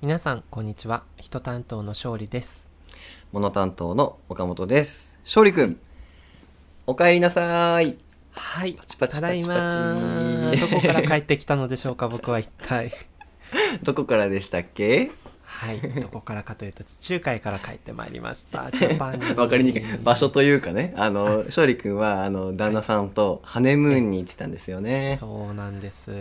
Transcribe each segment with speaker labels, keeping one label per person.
Speaker 1: 皆さんこんにちは人担当の勝利です
Speaker 2: モノ担当の岡本です。勝利くん、お帰りなさーい。
Speaker 1: はい
Speaker 2: パチパチ
Speaker 1: ただいま
Speaker 2: パチパチ
Speaker 1: どこから帰ってきたのでしょうか僕は一体
Speaker 2: どこからでしたっけ
Speaker 1: はいどこからかというと地中海から帰ってまいりましたジャパンに
Speaker 2: わかりにくい。場所というかね、あの、勝利くんは、あの、旦那さんとハネムーンに行ってたんですよね。
Speaker 1: そうなんです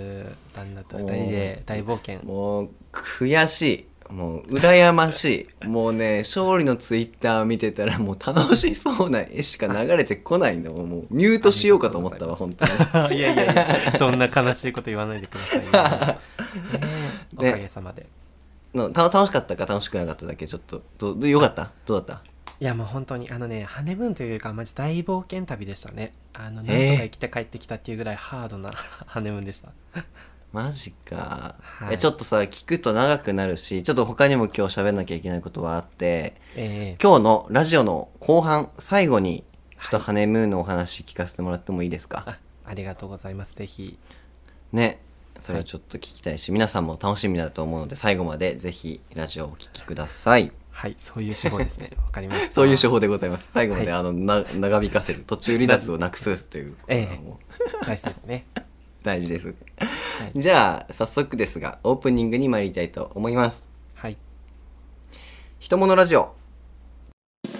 Speaker 1: 旦那と二人で大冒険
Speaker 2: もう、悔しい。もう、羨ましい。もうね、勝利のツイッター見てたら、もう楽しそうな絵しか流れてこないの。もう、ミュートしようかと思ったわ、
Speaker 1: あ
Speaker 2: 本当に。
Speaker 1: いやいやいやそんな悲しいこと言わないでくださいよ ねおかげさまで
Speaker 2: のた楽しかったか楽しくなかっただけ、ちょっと、どどよかったどうだった
Speaker 1: いやもう本当にあのねハネムーンというよりかはマジ大冒険旅でしたねあのなんとか
Speaker 2: えー
Speaker 1: 生きて帰ってきたっていうぐらいハードなハネムーンでした
Speaker 2: マジか、
Speaker 1: はい
Speaker 2: えちょっとさ聞くと長くなるしちょっと他にも今日喋んなきゃいけないことはあって
Speaker 1: ええ
Speaker 2: 今日のラジオの後半最後にちょっと
Speaker 1: はい
Speaker 2: ハネムーンのお話聞かせてもらってもいいですか、
Speaker 1: あありがとうございますぜひ
Speaker 2: ねそれはちょっと聞きたいし、皆さんも楽しみだと思うので最後までぜひラジオをお聞きくだ さい
Speaker 1: はいそういう手法ですね わかりました
Speaker 2: そういう手法でございます最後まで、
Speaker 1: は
Speaker 2: あのな長引かせる途中離脱をなくすということが
Speaker 1: ええ
Speaker 2: もう
Speaker 1: 大事ですね
Speaker 2: 大事です、
Speaker 1: い
Speaker 2: じゃあ早速ですがオープニングに参りたいと思います
Speaker 1: はい
Speaker 2: 人物ラジオこ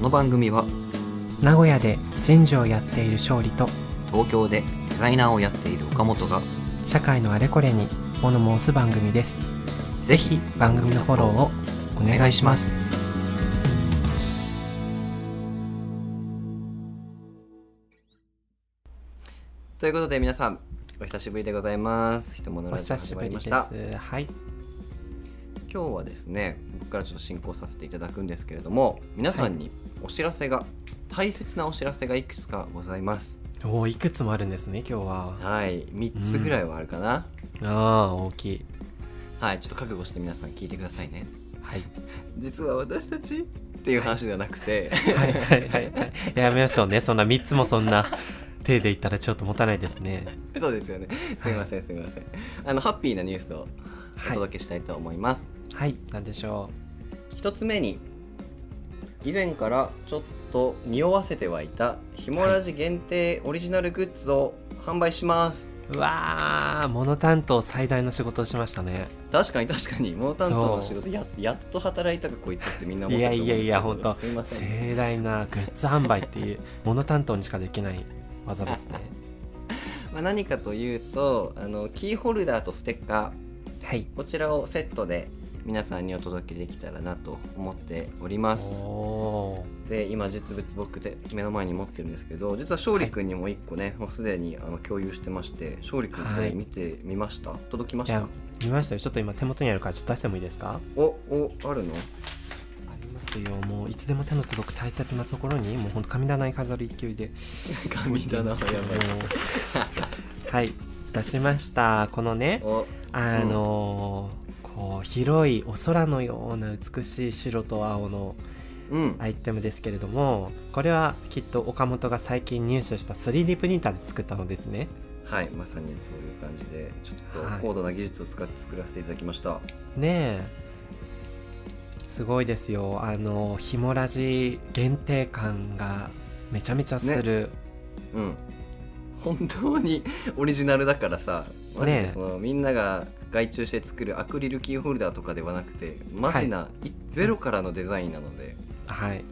Speaker 2: の番組は
Speaker 1: 名古屋で人事をやっている勝利と
Speaker 2: 東京でデザイナーをやっている岡本が
Speaker 1: 社会のあれこれに物申す番組ですぜ
Speaker 2: ぜ
Speaker 1: ひ番組のフォローをお願いします
Speaker 2: ということで皆さんお久しぶりでございます人物
Speaker 1: お
Speaker 2: ラジオ
Speaker 1: 久し
Speaker 2: 始
Speaker 1: ぶ
Speaker 2: まり
Speaker 1: り
Speaker 2: ま
Speaker 1: です
Speaker 2: した
Speaker 1: はい
Speaker 2: 今日はですね僕からちょっと進行させていただくんですけれども皆さんにお知らせが、大切なお知らせがいくつかございます
Speaker 1: おおいくつもあるんですね今日は
Speaker 2: はい3つぐらいはあるかな、
Speaker 1: ああ大きい
Speaker 2: はいちょっと覚悟して皆さん聞いてくださいね
Speaker 1: はい
Speaker 2: 実は私たちっていう話ではなくて、
Speaker 1: はいはいはいはいやめましょうねそんな3つもそんな手で言ったらちょっと持たないですね
Speaker 2: そうですよね。すみません、すみません。あのハッピーなニュースをお
Speaker 1: はい
Speaker 2: 届けしたいと思います。
Speaker 1: はいなんでしょ
Speaker 2: 一、つ目に以前からちょっと匂わせてはいたひもラジ限定オリジナルグッズを販売します。
Speaker 1: ううわー物担当最大の仕事をしましたね
Speaker 2: 確かに確かにモノ担当の仕
Speaker 1: そう
Speaker 2: 事ややっと働いたかこいつってみんな思っ
Speaker 1: い
Speaker 2: て
Speaker 1: や
Speaker 2: たと
Speaker 1: い
Speaker 2: 思うんで
Speaker 1: やいや本
Speaker 2: すけど
Speaker 1: 当
Speaker 2: すみません
Speaker 1: 盛大なグッズ販売っていう物担当にしかできない技です ね
Speaker 2: まあ、何かというとあのキーホルダーとステッカ
Speaker 1: はい
Speaker 2: ーこちらをセットで皆さんにお届けできたらなと思っております
Speaker 1: おお
Speaker 2: で今実物僕で目の前に持ってるんですけど実は勝利君にも1個ね、もうすでにあの共有してまして勝利君こ
Speaker 1: は
Speaker 2: れ
Speaker 1: い
Speaker 2: 見てみました、届き
Speaker 1: ー
Speaker 2: ま
Speaker 1: い
Speaker 2: した
Speaker 1: や見ましたよちょっと今手元にあるからちょっと出してもいいですか
Speaker 2: おお あるの
Speaker 1: ありますよもういつでも手の届く大切なところにもうほんと神棚に飾る勢いで
Speaker 2: 神棚 はや
Speaker 1: ばい はい出しましたこのね
Speaker 2: ばいお
Speaker 1: あのーこう広いお空のような美しい白と青の
Speaker 2: うん
Speaker 1: アイテムですけれどもこれはきっと岡本が最近入手した 3D プリンターで作ったのですね
Speaker 2: はいまさにそういう感じでちょっ
Speaker 1: は
Speaker 2: と
Speaker 1: い
Speaker 2: 高度な技術を使って作らせていただきました、
Speaker 1: ねえすごいですよあのひもラジ限定感がめちゃめちゃする、
Speaker 2: うん本当に オリジナルだからさマジ
Speaker 1: ね
Speaker 2: で
Speaker 1: え
Speaker 2: その、みんなが外注して作るアクリルキーホルダーとかではなくてマジな、いゼロからのデザインなので、
Speaker 1: はい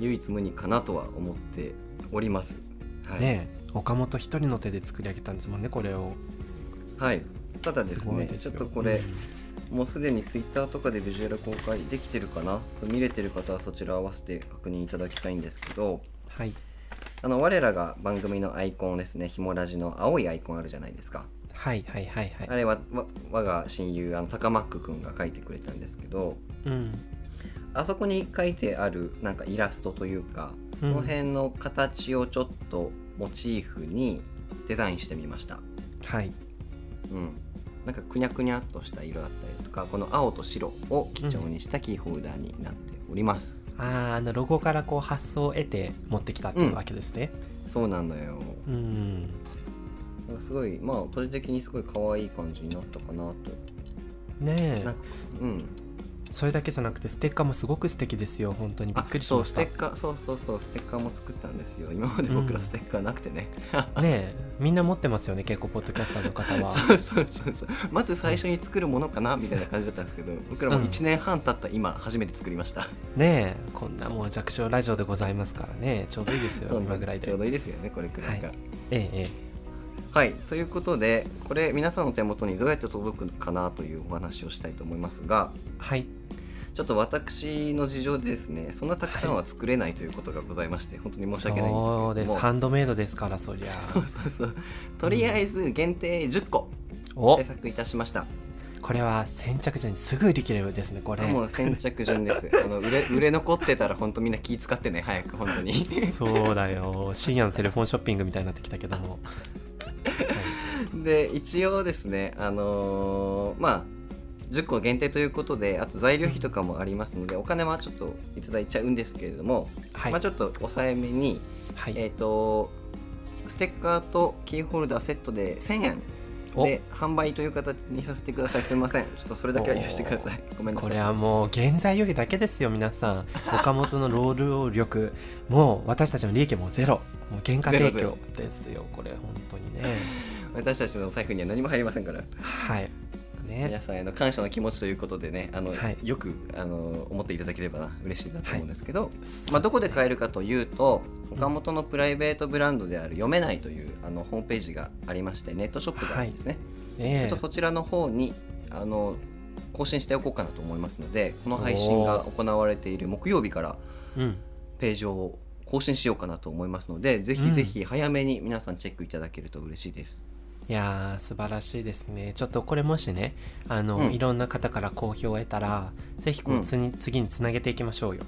Speaker 2: 唯一無二かなとは思っております。はい、
Speaker 1: ねえ岡本一人の手で作り上げたんですもんねこれを
Speaker 2: はい、ただです
Speaker 1: すごい
Speaker 2: ね
Speaker 1: です
Speaker 2: ちょ
Speaker 1: よ
Speaker 2: っとこれ
Speaker 1: う、ん
Speaker 2: もうすでにツイッターとかでビジュアル公開できてるかな見れてる方はそちら合わせて確認いただきたいんですけど
Speaker 1: はい
Speaker 2: あの我らが番組のアイコンですねひもラジの青いアイコンあるじゃないですか、
Speaker 1: はいはいはいはい
Speaker 2: あれはわ我が親友あの高マックくんが書いてくれたんですけど
Speaker 1: うん
Speaker 2: あそこに書いてあるなんかイラストというかその辺の形をちょっとモチーフにデザインしてみました。
Speaker 1: はい
Speaker 2: うん、なんかくにゃくにゃっとした色だったりとかこの青と白を基調にしたキーホルダーになっております、
Speaker 1: あーあのロゴからこう発想を得て持ってきたっていうわけですね
Speaker 2: そうなのよ
Speaker 1: うん、
Speaker 2: なんかすごいまあ個人的にすごい可愛い感じになったかな
Speaker 1: ね
Speaker 2: と
Speaker 1: え
Speaker 2: なんかうん
Speaker 1: それだけじゃなくてステッカーもすごく素敵ですよ本当にびっくりし
Speaker 2: そう
Speaker 1: ま
Speaker 2: ス
Speaker 1: し
Speaker 2: テ
Speaker 1: た
Speaker 2: ッカーそうそうそうステッカーも作ったんですよ今まで僕ら
Speaker 1: うん
Speaker 2: ステッカーなくてね、
Speaker 1: ねえみんな持ってますよね結構ポッドキャスターの方 は
Speaker 2: そうそうそうそうまず最初に作るものかなみたいな感じだったんですけど僕らも
Speaker 1: うん
Speaker 2: 1年半経った今初めて作りました、
Speaker 1: ねえこんなもう弱小ラジオでございますからねちょうどいいです
Speaker 2: そ
Speaker 1: よ
Speaker 2: う
Speaker 1: 今ぐらい
Speaker 2: ち
Speaker 1: で
Speaker 2: ょうどいいですよねこれくらいが
Speaker 1: はええええ
Speaker 2: はい、ということでこれ皆さんの手元にどうやって届くのかなというお話をしたいと思いますが
Speaker 1: はい
Speaker 2: ちょっと私の事情でですねそんなたくさんは作れないということがございまして、本当に申し訳ないんですけれども
Speaker 1: そうですハンドメイドですからそりゃ
Speaker 2: そうそうそうとりあえず限定10個
Speaker 1: お
Speaker 2: 制作いたしました
Speaker 1: これは先着順にすぐ売り切れるですねこれ
Speaker 2: もう先着順ですあの売れ売れ残ってたら本当みんな気使ってね早く本当に
Speaker 1: そうだよ深夜のテレフォンショッピングみたいになってきたけども
Speaker 2: で一応ですねあのーまあ10個限定ということであと材料費とかもありますのでお金はちょっといただいちゃうんですけれども、
Speaker 1: はい、
Speaker 2: まあ、ちょっと抑えめに、
Speaker 1: はい、
Speaker 2: えっ、とステッカーとキーホルダーセットで1000円
Speaker 1: お
Speaker 2: で販売という形にさせてくださいすみませんちょっとそれだけは許してくださいごめんなさ
Speaker 1: こ
Speaker 2: い
Speaker 1: れはもう原材料費だけですよ皆 さん岡本の労働力もう私たちの利益もゼロもう原価提
Speaker 2: ゼロ
Speaker 1: 供ですよこれ本当に ね
Speaker 2: 私たちの財布には何も入りませんから
Speaker 1: はい
Speaker 2: 皆
Speaker 1: ね
Speaker 2: さんへの感謝の気持ちということでねあの、
Speaker 1: はい
Speaker 2: よくあの思っていただければな嬉しいなと思うんですけど、ま
Speaker 1: ま
Speaker 2: あ、どこで買えるかというと岡本のプライベートブランドである「読めない」というあのホームページがありましてネットショップがあるんですね、ちょ
Speaker 1: ね
Speaker 2: っとそちらの方にあの更新しておこうかなと思いますのでこの配信が行われている木曜日から
Speaker 1: うん
Speaker 2: ページを更新しようかなと思いますのでぜひぜひ早めに皆さんチェックいただけると嬉しいです、
Speaker 1: いやー素晴らしいですねちょっとこれもしねあの、
Speaker 2: うん
Speaker 1: いろんな方から好評を得たらぜひこ
Speaker 2: う
Speaker 1: う
Speaker 2: ん
Speaker 1: つに、次につなげていきましょうよ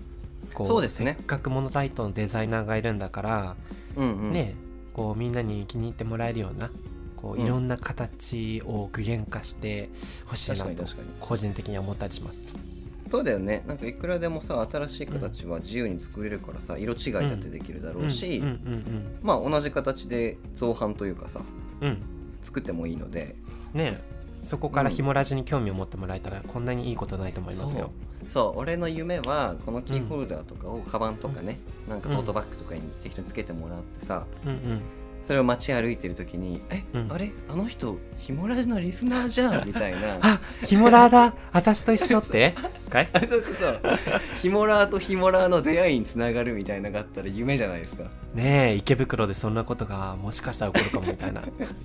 Speaker 1: こ
Speaker 2: そうですね
Speaker 1: せっかくモノタイトのデザイナーがいるんだから、
Speaker 2: うんうん
Speaker 1: ねこうみんなに気に入ってもらえるようなこ
Speaker 2: う
Speaker 1: うんいろんな形を具現化してほしい
Speaker 2: 確
Speaker 1: な
Speaker 2: かに
Speaker 1: と
Speaker 2: 確かに
Speaker 1: 個人的には思ったりします
Speaker 2: そうだよねなんかいくらでもさ新しい形は自由に作れるからさ色違いだってできるだろうし、
Speaker 1: うんうん
Speaker 2: まあ同じ形で造反というかさ
Speaker 1: うんうん
Speaker 2: 作ってもいいので
Speaker 1: ねそこからひもラジに興味を持ってもらえたらこんなにいいことないと思いますよ
Speaker 2: そう俺の夢はこのキーホルダーとかをカバンとかね、なんかトートバッグとかに適当につけてもらってさ
Speaker 1: うんうん
Speaker 2: それを街歩いてる時に「え、
Speaker 1: うん
Speaker 2: あれあの人ヒモラジのリスナーじ ゃん」みたいな。
Speaker 1: あひもラーだ私と一緒ってかい
Speaker 2: そうそうそうヒモラーとヒモラーの出会いにつながるみたいなのがあったら夢じゃないです か
Speaker 1: ねえ池袋でそんなことがもしかしたら起こるかもみたい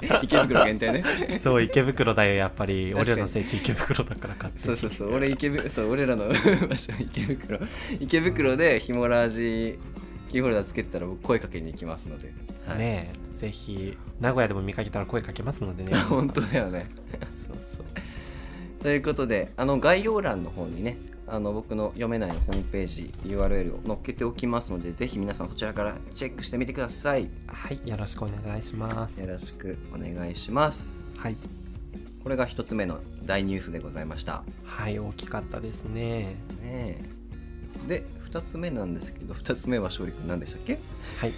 Speaker 1: な
Speaker 2: 池袋限定ね
Speaker 1: そう池袋だよやっぱり
Speaker 2: 確
Speaker 1: 俺
Speaker 2: かに
Speaker 1: らの聖地池袋だからかって
Speaker 2: そうそうそう俺池ぶそう俺らの場所は池袋池袋でヒモラージキーホルダーつけてたら僕声かけに行きますので、はい、
Speaker 1: ねえぜひ名古屋でも見かけたら声かけますのでね
Speaker 2: 本当だよね
Speaker 1: 皆さんそうそう
Speaker 2: ということであの概要欄の方にねあの僕の読めないホームページ URL を載っけておきますのでぜひ皆さんそちらからチェックしてみてくださいよ
Speaker 1: はいよろしくお願いします
Speaker 2: ろしくお願いします
Speaker 1: はい
Speaker 2: これが一つ目の大ニュースでございました
Speaker 1: はい大きかったですね
Speaker 2: ねえで二つ目なんですけど二つ目は勝利君何でしたっけ
Speaker 1: はい、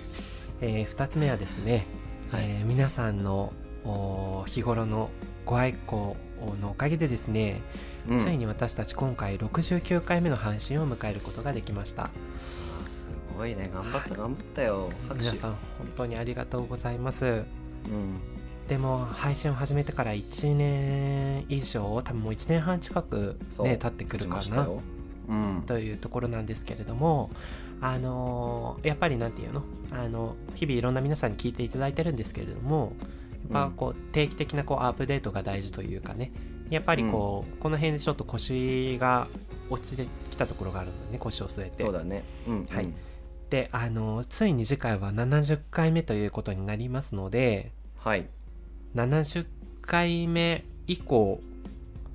Speaker 1: えー、2つ目はですね、
Speaker 2: はい
Speaker 1: えー皆さんのお日頃のご愛好のおかげでですね、
Speaker 2: うん
Speaker 1: ついに私たち今回69回目の配信を迎えることができました
Speaker 2: あすごいね頑張った頑張ったよ拍手
Speaker 1: 皆さん本当にありがとうございます
Speaker 2: うん
Speaker 1: でも配信を始めてから1年以上多分もう1年半近く
Speaker 2: そう
Speaker 1: ね経ってくるか
Speaker 2: 来ました
Speaker 1: な
Speaker 2: ようん
Speaker 1: というところなんですけれどもあのやっぱりなんていうのあの日々いろんな皆さんに聞いていただいてるんですけれどもやっぱこう定期的なこうアップデートが大事というかねやっぱりこう、この辺でちょっと腰が落ちてきたところがあるのでね腰を据えて
Speaker 2: そうだねうん
Speaker 1: はい
Speaker 2: うん
Speaker 1: であのついに次回は70回目ということになりますので
Speaker 2: はい
Speaker 1: 70回目以降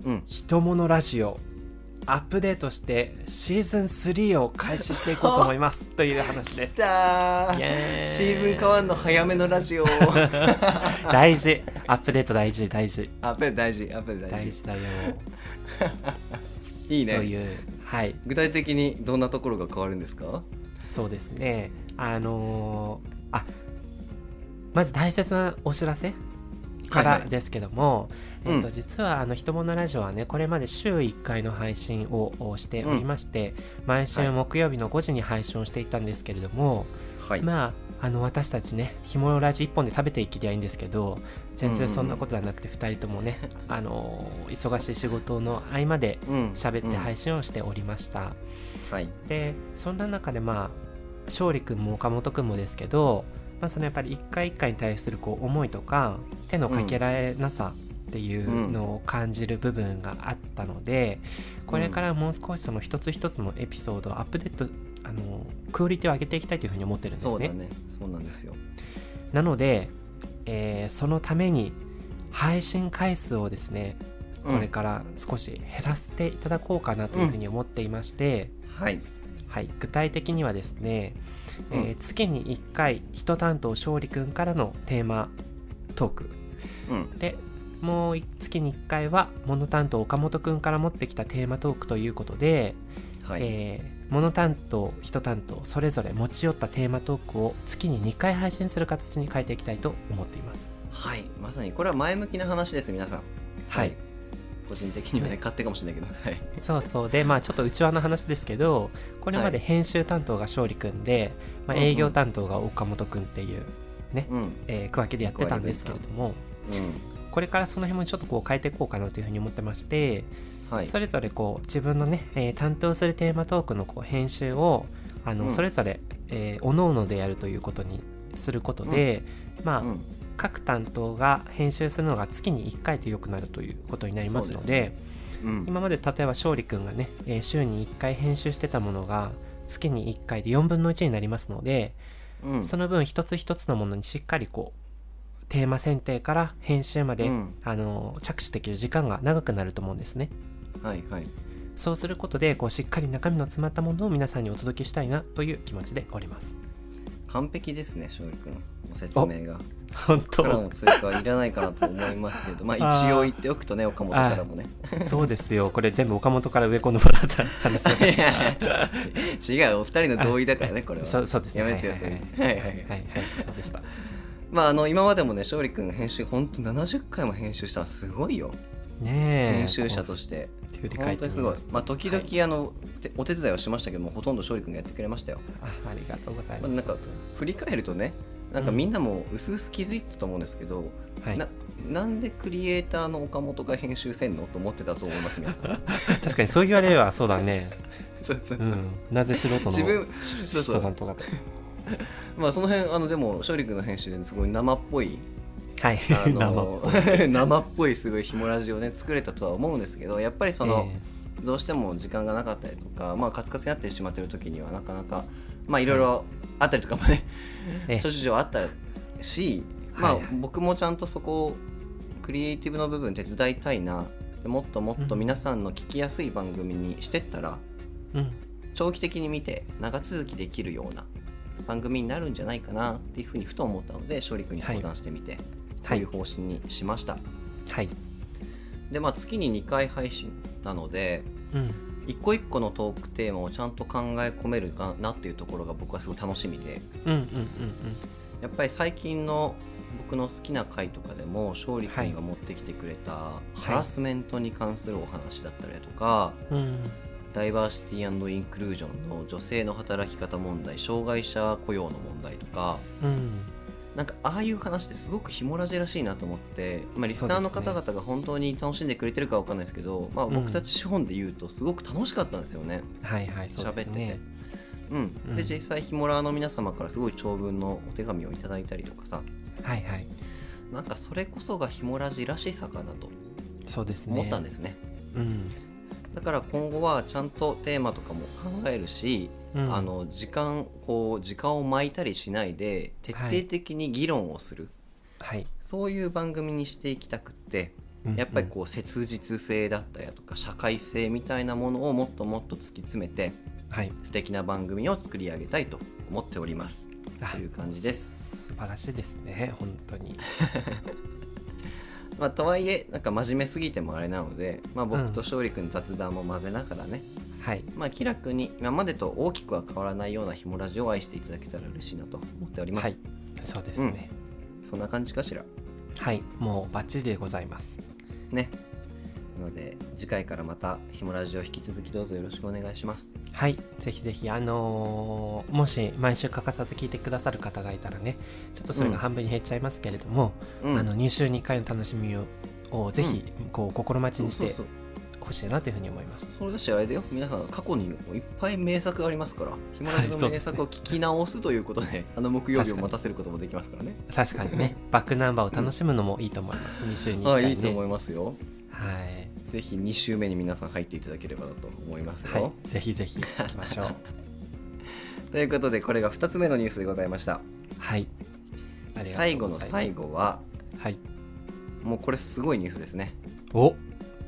Speaker 2: うん
Speaker 1: 「ひとものラジオ」アップデートしてシーズン3を開始していこうと思います という話です。
Speaker 2: さあ
Speaker 1: イエーイ
Speaker 2: シーズン変わんの早めのラ ジオ
Speaker 1: 大事アップデート大事大事
Speaker 2: アップ大事アップ大事
Speaker 1: 大事だよ、
Speaker 2: いい
Speaker 1: と
Speaker 2: ね
Speaker 1: いうはい
Speaker 2: 具体的にどんなところが変わるんですか
Speaker 1: そうですねあのーあまず大切なお知らせか
Speaker 2: はい
Speaker 1: ら
Speaker 2: はい
Speaker 1: ですけども、
Speaker 2: うん
Speaker 1: えっと実はあの「ひとものラジオ」はねこれまで週1回の配信をおしておりまして、毎週木曜日の5時に配信をしていたんですけれども、
Speaker 2: はい、
Speaker 1: まああの私たちねひもラジ1本で食べていきりゃいいんですけど全然そんなことはなくて2人ともね、あの忙しい仕事の合間で
Speaker 2: うん
Speaker 1: 喋って
Speaker 2: い、
Speaker 1: 配信をしておりました。
Speaker 2: うんはい
Speaker 1: でそんな中でまあ勝利君も岡本君もですけど、まあ、そのやっぱり一回一回に対するこう思いとか手のかけられなさっていうのを感じる部分があったので、これからもう少しその一つ一つのエピソードをアップデートあのクオリティを上げていきたいというふうに思ってるんで
Speaker 2: そ
Speaker 1: す
Speaker 2: うだ
Speaker 1: ね。
Speaker 2: ねそうなんですよ
Speaker 1: なので、えーそのために配信回数をですねこれから少し減らしていただこうかなというふうに思っていまして。
Speaker 2: うんはい
Speaker 1: はい、具体的にはですね、えー
Speaker 2: うん
Speaker 1: 月に1回人担当勝利くんからのテーマトーク
Speaker 2: うん
Speaker 1: でもうい月に1回は物担当岡本くんから持ってきたテーマトークということで、
Speaker 2: はい、
Speaker 1: えー物担当人担当それぞれ持ち寄ったテーマトークを月に2回配信する形に変えていきたいと思っています。
Speaker 2: はいまさにこれは前向きな話です皆さん
Speaker 1: はい、
Speaker 2: 個人的にはね
Speaker 1: ね
Speaker 2: 勝手かもしれないけどはい
Speaker 1: そうそうでまあちょっと内輪の話ですけどこれまで編集担当が勝利くんで、まあ、営業担当が岡本くんっていう
Speaker 2: うん
Speaker 1: えー区分けでやってたんですけれども
Speaker 2: うん
Speaker 1: これからその辺もちょっとこう変えていこうかなというふうに思ってまして、
Speaker 2: はい
Speaker 1: それぞれこう自分のね、えー担当するテーマトークのこう編集をあの、
Speaker 2: うん
Speaker 1: それぞれ、えー、おののでやるということにすることで、まあ、
Speaker 2: うん
Speaker 1: 各担当が編集するのが月に1回でよくなるということになりますの
Speaker 2: そう
Speaker 1: で
Speaker 2: でうん
Speaker 1: 今まで例えば勝利くんがね、えー週に1回編集してたものが月に1回で4分の1になりますので、
Speaker 2: うん
Speaker 1: その分一つ一つのものにしっかりこうテーマ選定から編集まで、
Speaker 2: うん
Speaker 1: あの着手できる時間が長くなると思うんですね。
Speaker 2: はいはい
Speaker 1: そうすることでこうしっかり中身の詰まったものを皆さんにお届けしたいなという気持ちでおります。
Speaker 2: 完璧ですね勝利君の説明が
Speaker 1: 本
Speaker 2: 僕からの追加はいらないかなと思いますけどまあ
Speaker 1: あー
Speaker 2: 一応言っておくとね岡本からもね
Speaker 1: そうですよ。これ全部岡本から植え込んでもらった話だから
Speaker 2: いや いや違うお二人の同意だか らねこれは
Speaker 1: そうそうですね。
Speaker 2: やめてよそれはいはいは
Speaker 1: は
Speaker 2: い
Speaker 1: いはいそうでした。
Speaker 2: まああの今までもね勝利君編集ほんと70回も編集したのすごいよ
Speaker 1: ねえ。
Speaker 2: 編集者として
Speaker 1: て振り返
Speaker 2: 本
Speaker 1: って
Speaker 2: 当に
Speaker 1: み
Speaker 2: すごい
Speaker 1: ます。
Speaker 2: まあ時々あのてお手伝いはしましたけどもほとんど勝利君がやってくれましたよ
Speaker 1: あありがとうござい
Speaker 2: ま
Speaker 1: ま
Speaker 2: あ
Speaker 1: す。
Speaker 2: なんか振り返るとねなんかみんなもうすうす気づいてたと思うんですけど、
Speaker 1: はい
Speaker 2: ななんでクリエイターの岡本が編集せんのと思ってたと思います皆さ ん
Speaker 1: 確かにそう言われればそうだね。
Speaker 2: そうそう
Speaker 1: うん。なぜ素人の
Speaker 2: 自分そうそ
Speaker 1: 人さん
Speaker 2: う
Speaker 1: とかと。
Speaker 2: まあその辺あのでも勝利君の編集ですごい生っぽい
Speaker 1: はい。
Speaker 2: あ
Speaker 1: 生
Speaker 2: の 生っぽいすごいひもラジをね作れたとは思うんですけどやっぱりその、どうしても時間がなかったりとか、まあ、カツカツになってしまってる時にはなかなかまあいろいろあったりとかもね
Speaker 1: ええ
Speaker 2: 諸事情あったし、まあ
Speaker 1: はいはい
Speaker 2: 僕もちゃんとそこをクリエイティブの部分手伝いたいなでもっともっと皆さんの聞きやすい番組にしてったら、
Speaker 1: えーうん、
Speaker 2: 長期的に見て長続きできるような番組になるんじゃないかなっていうふうにふと思ったので勝利君に相談してみて、そう
Speaker 1: はいいう
Speaker 2: 方針にしました、
Speaker 1: はい、
Speaker 2: でまあ月に2回配信なので
Speaker 1: うん、
Speaker 2: 一個一個のトークテーマをちゃんと考え込めるかなっていうところが僕はすごい楽しみで
Speaker 1: うんうんうん
Speaker 2: やっぱり最近の僕の好きな回とかでも勝利君が持ってきてくれたハラスメントに関するお話だったりだとか、
Speaker 1: うんうん
Speaker 2: ダイバーシティインクルージョンの女性の働き方問題障害者雇用の問題とか
Speaker 1: うん
Speaker 2: なんかああいう話ってすごくひもラジらしいなと思って、まあ、リスナー
Speaker 1: そ
Speaker 2: の
Speaker 1: うです
Speaker 2: 方
Speaker 1: ね
Speaker 2: 々が本当に楽しんでくれてるかわかんないですけど、まあ、
Speaker 1: うん
Speaker 2: 僕たち資本で言うとすごく楽しかったんですよね。
Speaker 1: はいはいそうですね
Speaker 2: うん、で、
Speaker 1: うん
Speaker 2: 実際ヒモラーの皆様からすごい長文のお手紙をいただいたりとかさ
Speaker 1: はいはい
Speaker 2: なんかそれこそがヒモラジらしさかなと
Speaker 1: そうですね
Speaker 2: 思ったんですね
Speaker 1: うん、
Speaker 2: だから今後はちゃんとテーマとかも考えるし、
Speaker 1: うん、
Speaker 2: あの時間こう時間を巻いたりしないで徹底的に議論をする、
Speaker 1: はい、
Speaker 2: そういう番組にしていきたくって
Speaker 1: うん
Speaker 2: やっぱりこう切実性だったりだとか社会性みたいなものをもっともっと突き詰めて
Speaker 1: うんはい
Speaker 2: 素敵な番組を作り上げたいと思っております。
Speaker 1: あ
Speaker 2: という感じです
Speaker 1: 素晴らしいですね本当に
Speaker 2: まあ、とはいえなんか真面目すぎてもあれなので、まあ、僕
Speaker 1: うん
Speaker 2: と勝利君の雑談も混ぜながらね、
Speaker 1: はい
Speaker 2: まあ、気楽に今までと大きくは変わらないようなひもラジオを愛していただけたら嬉しいなと思っております、
Speaker 1: はいそうですね、
Speaker 2: そんな感じかしら
Speaker 1: はいもうバッチリでございます
Speaker 2: ねなので次回からまたひもラジオ引き続きどうぞよろしくお願いします
Speaker 1: はいぜひぜひあのーもし毎週欠かさず聞いてくださる方がいたらねちょっとそれが半分に減っちゃいますけれども、
Speaker 2: うん
Speaker 1: あの2週2回の楽しみををぜひこう心待ち
Speaker 2: そう
Speaker 1: にし
Speaker 2: そう
Speaker 1: て
Speaker 2: そう
Speaker 1: ほしいなというふうに思います。
Speaker 2: それだしあれだよ皆さん過去にもいっぱい名作ありますからひもラ
Speaker 1: はい
Speaker 2: ジの
Speaker 1: そうで
Speaker 2: 名
Speaker 1: すね
Speaker 2: 作を聞き直すということで、 あの木曜日
Speaker 1: 確
Speaker 2: を
Speaker 1: かに
Speaker 2: 待たせることもできますからね
Speaker 1: 確かに ねバックナンバーを楽しむのもいいと思います。2週に
Speaker 2: は
Speaker 1: 1
Speaker 2: い、
Speaker 1: 回
Speaker 2: いいと
Speaker 1: ね。
Speaker 2: 思いますよ
Speaker 1: はい
Speaker 2: ぜひ2週目に皆さん入っていただければなと思いますよ、
Speaker 1: はい、ぜひぜひ行きましょ う。
Speaker 2: ということでこれが2つ目のニュースでございました
Speaker 1: はい。ありが
Speaker 2: 最
Speaker 1: と
Speaker 2: 後
Speaker 1: う
Speaker 2: の
Speaker 1: ございます
Speaker 2: 最。後は
Speaker 1: はい。
Speaker 2: もうこれすごいニュースですね
Speaker 1: お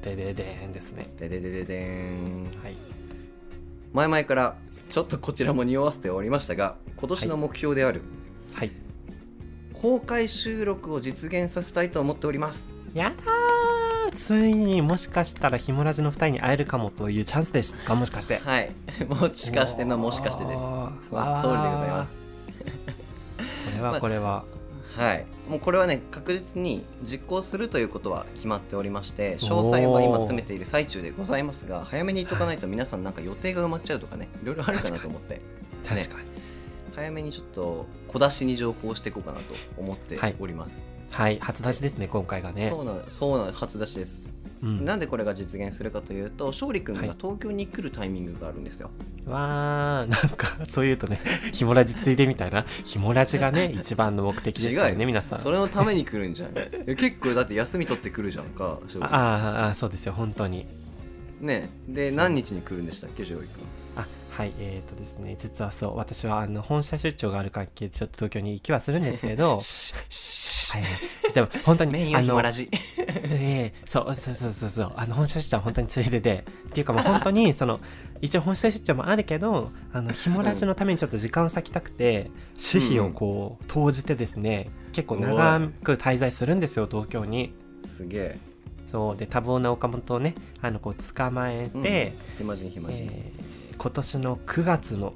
Speaker 1: でででーんですね。
Speaker 2: でででででーん
Speaker 1: はい。
Speaker 2: 前々からちょっとこちらも匂わせておりましたが今年の目標である
Speaker 1: はい。
Speaker 2: 公開収録を実現させたいと思っております
Speaker 1: やだーついにもしかしたらひもラジの二人に会えるかもというチャンスですかもしかして。
Speaker 2: はい もしかしてのもしかしてです
Speaker 1: おー
Speaker 2: その通りでございます。
Speaker 1: これはこれは。
Speaker 2: はいもうこれはね確実に実行するということは決まっておりまして詳細は今詰めている最中でございますが早めに言っとかないと皆さんなんか予定が埋まっちゃうとかねいろいろあるかなと思ってね
Speaker 1: 確かに。
Speaker 2: 早めにちょっと小出しに情報をしていこうかなと思って
Speaker 1: はい
Speaker 2: おります、
Speaker 1: はい、初出しですね、今回がね
Speaker 2: そ。うなのそうなの初出しです、
Speaker 1: うん。
Speaker 2: なんでこれが実現するかというと勝利君が
Speaker 1: はい
Speaker 2: 東京に来るタイミングがあるんですよ、
Speaker 1: わー、なんか、そういうとね、ひもラジついでみたいな、ひもラジが ね、一番の目的ですから
Speaker 2: 違うよ
Speaker 1: ね、皆さん。
Speaker 2: それのために来るんじゃんえ結構だって休み取ってくるじゃんか勝利君
Speaker 1: あああそうですよ本当に
Speaker 2: ねで
Speaker 1: そう
Speaker 2: 何日に来るんでしたっけ勝利君
Speaker 1: あはいえっ、ー、とですね実はそう私はあの本社出張がある関係でちょっと東京に行きはするんですけ どはいはいでも本当に
Speaker 2: メイン
Speaker 1: あ
Speaker 2: はひ
Speaker 1: の
Speaker 2: もラジ
Speaker 1: えーそうそうそうそうそうあの本社出張は本当についででっていうかもう本当にその一応本社出張もあるけどあのひもラジのためにちょっと時間を割きたくて私費をこう投じてですね結構長く滞在するんですよ東京に。
Speaker 2: すげえ
Speaker 1: そうで多忙な岡本をねあのこう捕まえて、
Speaker 2: 暇人暇人、
Speaker 1: えー今年の9月の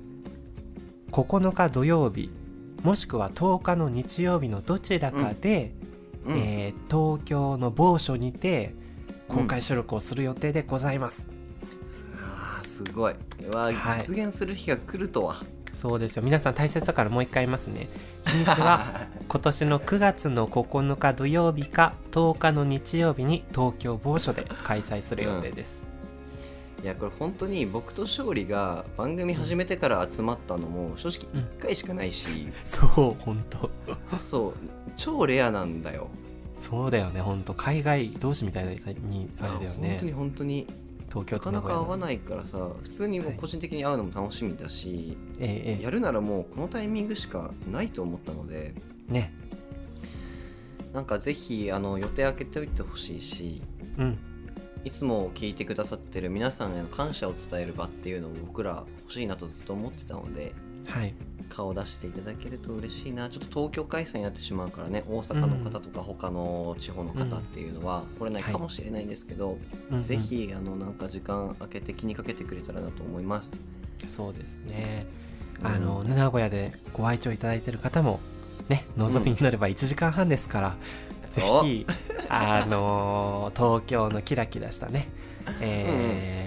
Speaker 1: 9日土曜日もしくは10日の日曜日のどちらかで、
Speaker 2: うん
Speaker 1: えー東京の某所にて公開収録をする予定でございます、
Speaker 2: あーすごいは
Speaker 1: はい
Speaker 2: 実現する日が来るとは、
Speaker 1: そうですよ皆さん大切だからもう一回言いますね日にち は今年の9月の9日土曜日か10日の日曜日に東京某所で開催する予定です、
Speaker 2: いやこれ本当に僕と勝利が番組始めてから集まったのも正直1回しかないし、
Speaker 1: そう本当
Speaker 2: そう超レアなんだよ
Speaker 1: そうだよね本当海外同士みたいにあれだよ
Speaker 2: いや本当に
Speaker 1: ね
Speaker 2: 本当に
Speaker 1: 東京
Speaker 2: なか
Speaker 1: と名
Speaker 2: な
Speaker 1: 古
Speaker 2: か
Speaker 1: 屋
Speaker 2: 会
Speaker 1: の
Speaker 2: わないからさ普通にもう個人的に会うのも楽しみだし、
Speaker 1: ええええ
Speaker 2: やるならもうこのタイミングしかないと思ったので
Speaker 1: ね
Speaker 2: なんかぜひあの予定開けておいてほしいし
Speaker 1: うん
Speaker 2: いつも聞いてくださってる皆さんへの感謝を伝える場っていうのも僕ら欲しいなとずっと思ってたので
Speaker 1: はい
Speaker 2: 顔出していただけると嬉しいなちょっと東京開催になってしまうからね大阪の方とか他の地方の方っていうのは来れないかもしれないんですけど、
Speaker 1: うんうん
Speaker 2: ぜひあのなんか時間空けて気にかけてくれたらなと思います
Speaker 1: そうですねあ
Speaker 2: うん
Speaker 1: の名古屋でご愛聴いただいてる方もね望みになれば1時間半ですから、ぜひあのー東京のキラキラしたね、えー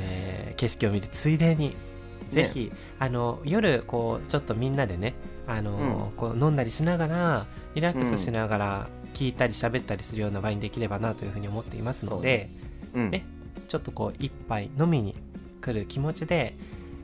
Speaker 1: 景色を見るついでにぜひ、あの夜こうちょっとみんなでねあのー、こう飲んだりしながらリラックスしながら聞いたり喋ったりするような場合にできればなというふうに思っていますので、
Speaker 2: うん
Speaker 1: ねちょっとこう一杯飲みに来る気持ちで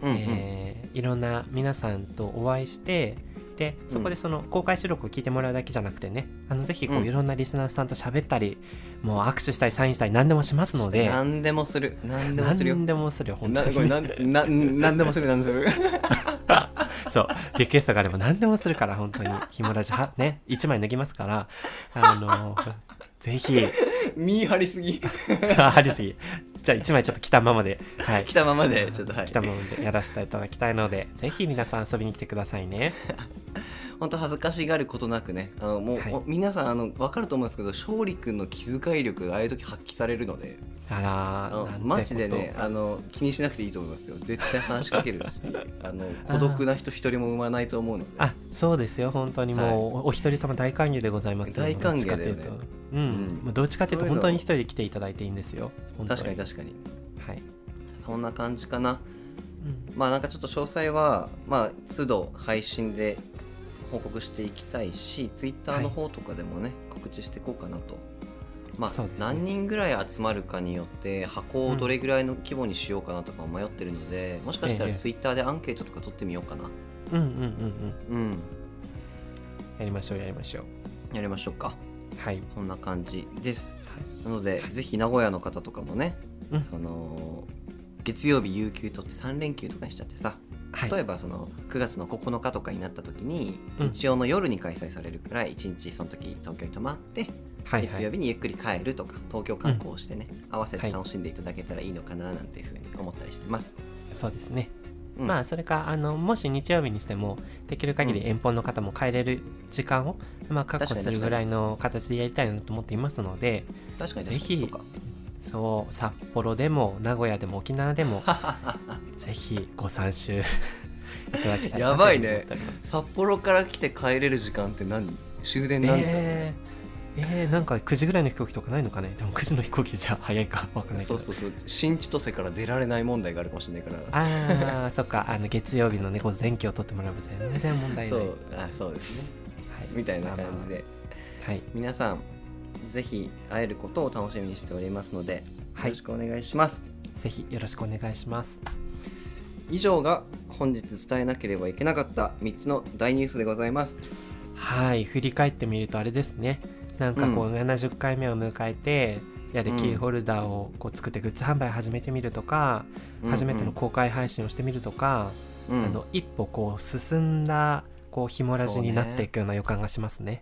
Speaker 2: うんうん
Speaker 1: えーいろんな皆さんとお会いしてでそこでその公開収録を聞いてもらうだけじゃなくてねあのぜひこ
Speaker 2: うん
Speaker 1: ういろんなリスナーさんと喋ったり、もう握手したりサインしたり何でもしますので
Speaker 2: 何でもする何でもするよ
Speaker 1: 何でもするよ本当
Speaker 2: なご
Speaker 1: に
Speaker 2: めん
Speaker 1: ね
Speaker 2: なんな何でもする何でもする
Speaker 1: そうリクエストがあれば何でもするから本当にひもラジはね1枚脱ぎますからあの ぜひ
Speaker 2: 見張りすぎ
Speaker 1: ありすぎじゃあ1枚ちょっと来たままではい
Speaker 2: 来たままでちょっとはい
Speaker 1: 来たままでやらせていただきたいのでぜひ皆さん遊びに来てくださいね
Speaker 2: 本当恥ずかしがることなくねあのもう、
Speaker 1: はい
Speaker 2: お皆さんあの分かると思うんですけど勝利君の気遣い力がああいう時発揮されるので
Speaker 1: あら
Speaker 2: あ
Speaker 1: ー
Speaker 2: の
Speaker 1: なんて
Speaker 2: マジで
Speaker 1: こと
Speaker 2: ねあの気にしなくていいと思いますよ絶対話しかけるしあの孤独な人一人も生まないと思うので
Speaker 1: あそうですよ本当にもう、おお一人様大歓迎でございますよ
Speaker 2: 大歓迎だ
Speaker 1: ど
Speaker 2: よね
Speaker 1: っちかというとうん
Speaker 2: うん
Speaker 1: まあどっちかっていうと
Speaker 2: そう
Speaker 1: 本
Speaker 2: いうの
Speaker 1: 当に一人で来ていただいていいんですよ本当
Speaker 2: 確かに確かに
Speaker 1: はい、
Speaker 2: そんな感じかな
Speaker 1: うん
Speaker 2: まあなんかちょっと詳細はまあ都度配信で報告していきたいしツイッターの方とかでもね、告知していこうかなとまあ、
Speaker 1: そうですね
Speaker 2: 何人ぐらい集まるかによって箱をどれぐらいの規模にしようかなとかも迷ってるので、もしかした
Speaker 1: え
Speaker 2: ら
Speaker 1: え
Speaker 2: ツイッターでアンケートとか取ってみようかな
Speaker 1: うんうんうんうん
Speaker 2: うん
Speaker 1: やりましょうやりましょう
Speaker 2: やりましょうか
Speaker 1: はい
Speaker 2: そんな感じですなのでぜひ名古屋の方とかもね、
Speaker 1: うん
Speaker 2: その月曜日有給取って3連休とかにしちゃってさ
Speaker 1: はい
Speaker 2: 例えばその9月の9日とかになった時に
Speaker 1: うん
Speaker 2: 日曜の夜に開催されるくらい1日その時東京に泊まって
Speaker 1: はいは
Speaker 2: 月曜
Speaker 1: い
Speaker 2: 日にゆっくり帰るとか東京観光をしてね合わせて楽しんでいただけたらいいのかななんていうふうに思ったりしてます。
Speaker 1: そうですね、
Speaker 2: うん
Speaker 1: まあそれかあのもし日曜日にしてもできる限り遠方の方も帰れる時間を、まあ、確保するぐらいの形でやりたいなと思っていますので
Speaker 2: 確かに確か
Speaker 1: ぜ
Speaker 2: に
Speaker 1: ひ
Speaker 2: そうか
Speaker 1: そう札幌でも名古屋でも沖縄でもぜひご参集 いただきたいなと思っております
Speaker 2: 札幌から来て帰れる時間って何終電何時だろうね
Speaker 1: えー、えーなんか9時ぐらいの飛行機とかないのかねでも9時の飛行機じゃ早いか わかんないけ
Speaker 2: そ
Speaker 1: ど
Speaker 2: うそうそう新千歳から出られない問題があるかもしれないから
Speaker 1: ああそっかあの月曜日のね午前休を取ってもらえば全然問題
Speaker 2: そ
Speaker 1: ないう
Speaker 2: あそうですね
Speaker 1: はい
Speaker 2: みたいな
Speaker 1: まあ
Speaker 2: 感
Speaker 1: ま
Speaker 2: じで
Speaker 1: あはい
Speaker 2: 皆さんぜひ会えることを楽しみにしておりますのでよ
Speaker 1: はい
Speaker 2: ろしくお願いします、
Speaker 1: ぜひよろしくお願いします
Speaker 2: 以上が本日伝えなければいけなかった3つの大ニュースでございます
Speaker 1: はい振り返ってみるとあれですねなんかこう70回目を迎えて、やれ
Speaker 2: うん
Speaker 1: キーホルダーをこう作ってグッズ販売始めてみるとか、初めての公開配信をしてみるとか、
Speaker 2: うん
Speaker 1: あの一歩こう進んだこうひもラジになっていくような予感がしますね。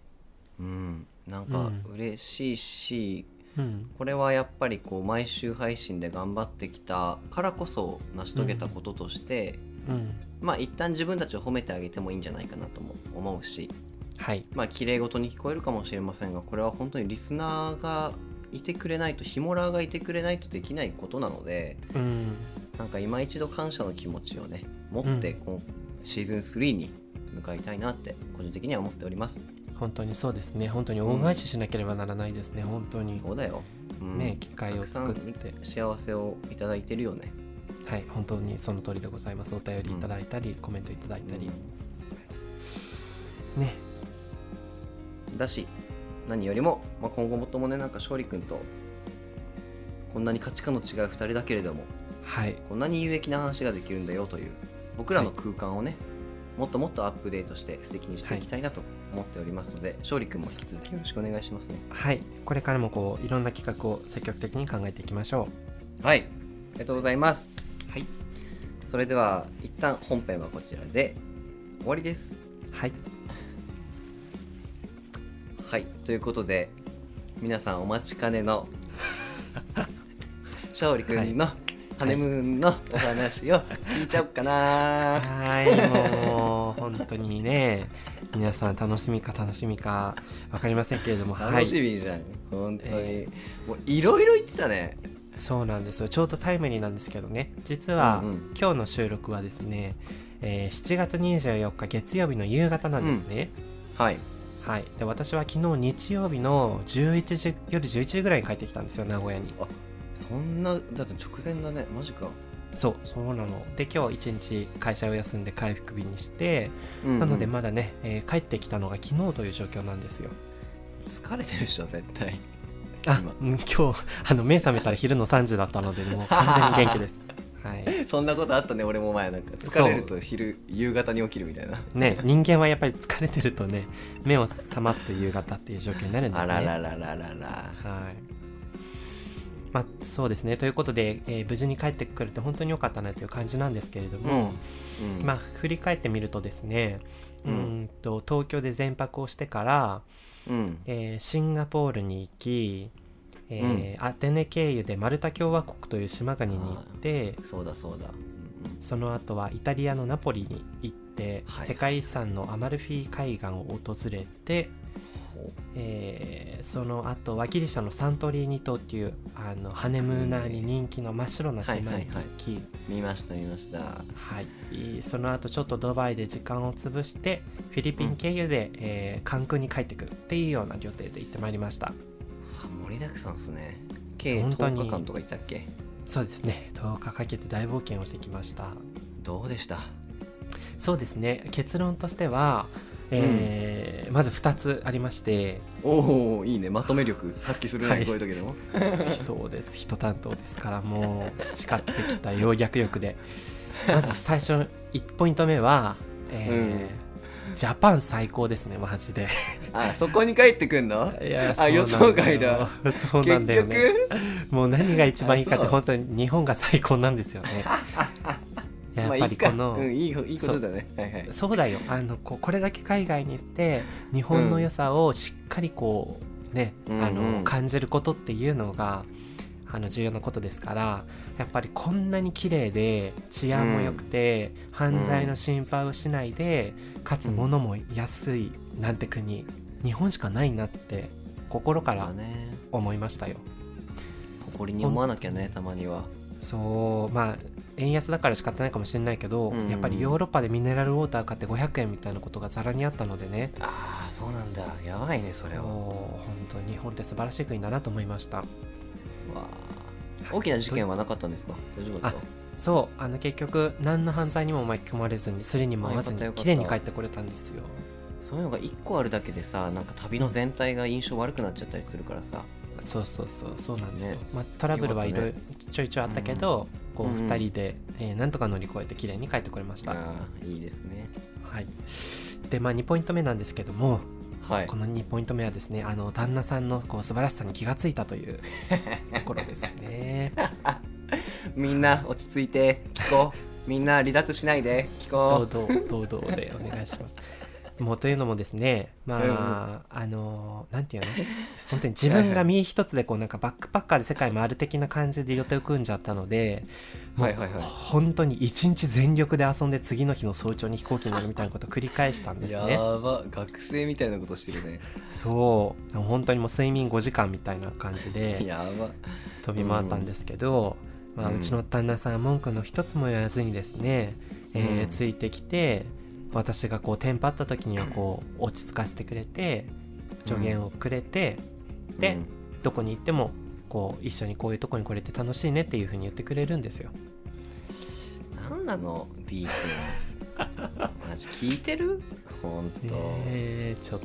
Speaker 2: うんなんか嬉しいし、
Speaker 1: うん、
Speaker 2: これはやっぱりこう毎週配信で頑張ってきたからこそ成し遂げたこととして、
Speaker 1: うん、
Speaker 2: まあ一旦自分たちを褒めてあげてもいいんじゃないかなとも思うし
Speaker 1: はい、
Speaker 2: まあ綺麗事に聞こえるかもしれませんがこれは本当にリスナーがいてくれないとヒモラーがいてくれないとできないことなので
Speaker 1: うん、
Speaker 2: なんか今一度感謝の気持ちをね持って
Speaker 1: う
Speaker 2: こうシーズン3に向かいたいなって個人的には思っております
Speaker 1: 本当にそうですね。本当に恩返ししなければならないですね。本当に
Speaker 2: そうだよ、うん
Speaker 1: ね機会を作ったて
Speaker 2: く、さん幸せをいただいてるよね
Speaker 1: はい、本当にその通りでございます。お便りいただいたり、コメントいただいたり、ね、
Speaker 2: だし何よりも、まあ、今後もともねなんか勝利君とこんなに価値観の違う2人だけれども
Speaker 1: はい、
Speaker 2: こんなに有益な話ができるんだよという僕らの空間をね、もっともっとアップデートして素敵にしていきたいなと思っておりますので、勝利君も引き続きよろしくお願いしますね
Speaker 1: はい、これからもこういろんな企画を積極的に考えていきましょ
Speaker 2: はいありがとうございます
Speaker 1: う。はい、
Speaker 2: それでは一旦本編はこちらで終わりです
Speaker 1: はい、
Speaker 2: はいということで皆さんお待ちか ねの勝利君のハネムーンのお話を聞いちゃおうかな、
Speaker 1: はーい、もう本当にね、皆さん楽しみか楽しみかわかりませんけれども、は
Speaker 2: 楽し
Speaker 1: い、
Speaker 2: みじゃん、本当に、
Speaker 1: え
Speaker 2: もういろいろ言ってたね
Speaker 1: そうなんですよ。ちょうどタイムリーなんですけどね、実は、
Speaker 2: うんうん
Speaker 1: 今日の収録はですね、えー7月24日月曜日の夕方なんですね。
Speaker 2: はい
Speaker 1: はい、で私は昨日日曜日の11時夜11時ぐらいに帰ってきたんですよ名古屋に
Speaker 2: そんなだって直前だねマジか、
Speaker 1: そうそうなので今日一日会社を休んで回復日にして、
Speaker 2: うんうん
Speaker 1: なのでまだね、えー帰ってきたのが昨日という状況なんですよ
Speaker 2: 疲れてるでしょ絶対
Speaker 1: あ
Speaker 2: 今
Speaker 1: うん今日あの目覚めたら昼の3時だったのでもう完全に元気です はい
Speaker 2: そんなことあったね俺も前なんか疲れると昼夕方に起きるみたいな
Speaker 1: ね人間はやっぱり疲れてるとね目を覚ますと夕方っていう状況になるんです
Speaker 2: あ
Speaker 1: ね
Speaker 2: らららららら
Speaker 1: はい。まあ、そうですねということで、えー無事に帰ってくれて本当に良かったなという感じなんですけれども、
Speaker 2: うん
Speaker 1: まあ、振り返ってみるとですね、う
Speaker 2: うん
Speaker 1: んと東京で全泊をしてから、
Speaker 2: うん
Speaker 1: えーシンガポールに行き、えーアテネ経由でマルタ共和国という島国に行って
Speaker 2: そうだそうだ、
Speaker 1: その後はイタリアのナポリに行って、
Speaker 2: はい
Speaker 1: 世界遺産のアマルフィ海岸を訪れて、えーその後はギリシャのサントリーニ島っていうあのハネムーナーに人気の真っ白な島に行き、はい
Speaker 2: 見ました見ました
Speaker 1: いいその後ちょっとドバイで時間を潰してフィリピン経由で、えー関空に帰ってくるっていうような予定で行ってまいりました
Speaker 2: 盛りだくさんですね計
Speaker 1: 本当
Speaker 2: 10
Speaker 1: に
Speaker 2: 日間とか言ったっけ
Speaker 1: そうですね10日かけて大冒険をしてきました
Speaker 2: どうでした
Speaker 1: そうですね結論としては、えーまず2つありまして
Speaker 2: おおいいねまとめ力発揮するね、
Speaker 1: はい
Speaker 2: こういう時でも
Speaker 1: そうです人担当ですからもう培ってきた要約力でまず最初の1ポイント目は、えージャパン最高ですねマジで
Speaker 2: あそこに帰ってくんの
Speaker 1: いや
Speaker 2: あ予想外だ
Speaker 1: そうなんだよね
Speaker 2: 結局
Speaker 1: もう何が一番いいかっ
Speaker 2: あ
Speaker 1: て
Speaker 2: そう
Speaker 1: 本当に日本が最高なんですよ ねやっぱりこの、
Speaker 2: まあいいかうん、いいほいいことだねはいはい
Speaker 1: そうだよあのこうこれだけ海外に行って日本の良さをしっかりこうね、
Speaker 2: うん
Speaker 1: あ
Speaker 2: うんう
Speaker 1: の
Speaker 2: ん
Speaker 1: 感じることっていうのがあの重要なことですからやっぱりこんなに綺麗で治安も良くて、犯罪の心配をしないで、かつ物も安いなんて国日本しかないなって心か
Speaker 2: まあ
Speaker 1: ら
Speaker 2: ね
Speaker 1: 思いましたよ。
Speaker 2: 誇りに思わなきゃねたまには
Speaker 1: そうまあ円安だから仕方ないかもしれないけど、
Speaker 2: うんうん
Speaker 1: やっぱりヨーロッパでミネラルウォーター買って500円みたいなことがざらにあったのでね
Speaker 2: ああそうなんだやばいねそれは
Speaker 1: そう
Speaker 2: わ
Speaker 1: 本当に日本って素晴らしい国だなと思いました
Speaker 2: あ大きな事件はなかったんですか大丈夫だった
Speaker 1: そうあの結局何の犯罪にも巻き込まれずにスリにも合わず
Speaker 2: あよ
Speaker 1: に
Speaker 2: かった
Speaker 1: 綺麗に帰ってこれたんですよ
Speaker 2: そういうのが1個あるだけでさなんか旅の全体が印象悪くなっちゃったりするからさ
Speaker 1: そうそうそうそうなんですよ、
Speaker 2: ね
Speaker 1: まあ、トラブルはいろいろ
Speaker 2: よか
Speaker 1: ちょいちょいあったけど、こう
Speaker 2: うんうん
Speaker 1: 2人で、えーなんとか乗り越えて綺麗に帰ってこれました、
Speaker 2: ああいいですね
Speaker 1: はいでまあ2ポイント目なんですけども
Speaker 2: はい
Speaker 1: この2ポイント目はですねあの旦那さんのこう素晴らしさに気がついたというところですね。
Speaker 2: みんな落ち着いて聞こ うみんな離脱しないで聞
Speaker 1: 堂
Speaker 2: こ
Speaker 1: 々堂々でお願いします。もうというのもです ねまあ、あのなんていうの本当に自分が身一つでこうなんかバックパッカーで世界回る的な感じで予定を組んじゃったので
Speaker 2: うはいはいは
Speaker 1: 本当に一日全力で遊んで次の日の早朝に飛行機に乗るみたいなことを繰り返したんで
Speaker 2: い
Speaker 1: す
Speaker 2: や
Speaker 1: ね。
Speaker 2: ば学生みたいなことしてるね
Speaker 1: そうでも本当にもう睡眠5時間みたいな感じで。
Speaker 2: やば
Speaker 1: 飛び回ったんですけど、うまあ、
Speaker 2: うん
Speaker 1: うちの旦那さんは文句の一つも言わずにですね、えー
Speaker 2: うん
Speaker 1: ついてきて私がこうテンパった時にはこう落ち着かせてくれて助言をくれて、で、どこに行ってもこう一緒にこういうとこに来れて楽しいねっていうふうに言ってくれるんですよ。
Speaker 2: うんなんなの D 君 マジ聞いてる本当、
Speaker 1: えーちょっ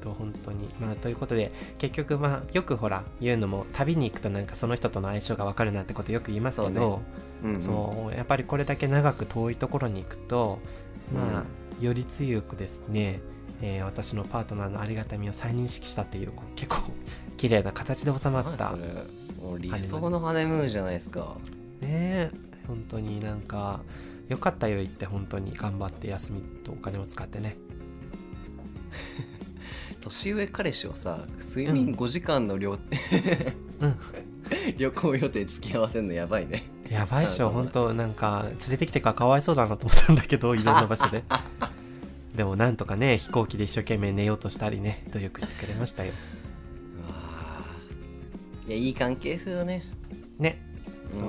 Speaker 1: と本当にまあということで結局まあよくほら言うのも旅に行くとなんかその人との相性が分かるなんてことよく言いますけ
Speaker 2: そう
Speaker 1: ど、
Speaker 2: うんうん
Speaker 1: そうやっぱりこれだけ長く遠いところに行くとまあ、より強くですね、えー私のパートナーのありがたみを再認識したっていうこう結構綺麗な形で収まっ
Speaker 2: まあ
Speaker 1: た
Speaker 2: そ
Speaker 1: ね
Speaker 2: れもう理想のハネムーンじゃないですか
Speaker 1: え本当になんか良かったよ言って本当に頑張って休みとお金を使ってね
Speaker 2: 年上彼氏をさ睡眠5時間の旅,、
Speaker 1: うん
Speaker 2: 旅行予定付き合わせるのやばいね
Speaker 1: やばいっし
Speaker 2: あ
Speaker 1: ょ
Speaker 2: どうも
Speaker 1: 本当なんか連れてきてからかわいそうだなと思ったんだけどいろんな場所ででもなんとかね飛行機で一生懸命寝ようとしたりね努力してくれましたよ
Speaker 2: いやいい関係性だね
Speaker 1: ね
Speaker 2: う
Speaker 1: そ
Speaker 2: ん
Speaker 1: う、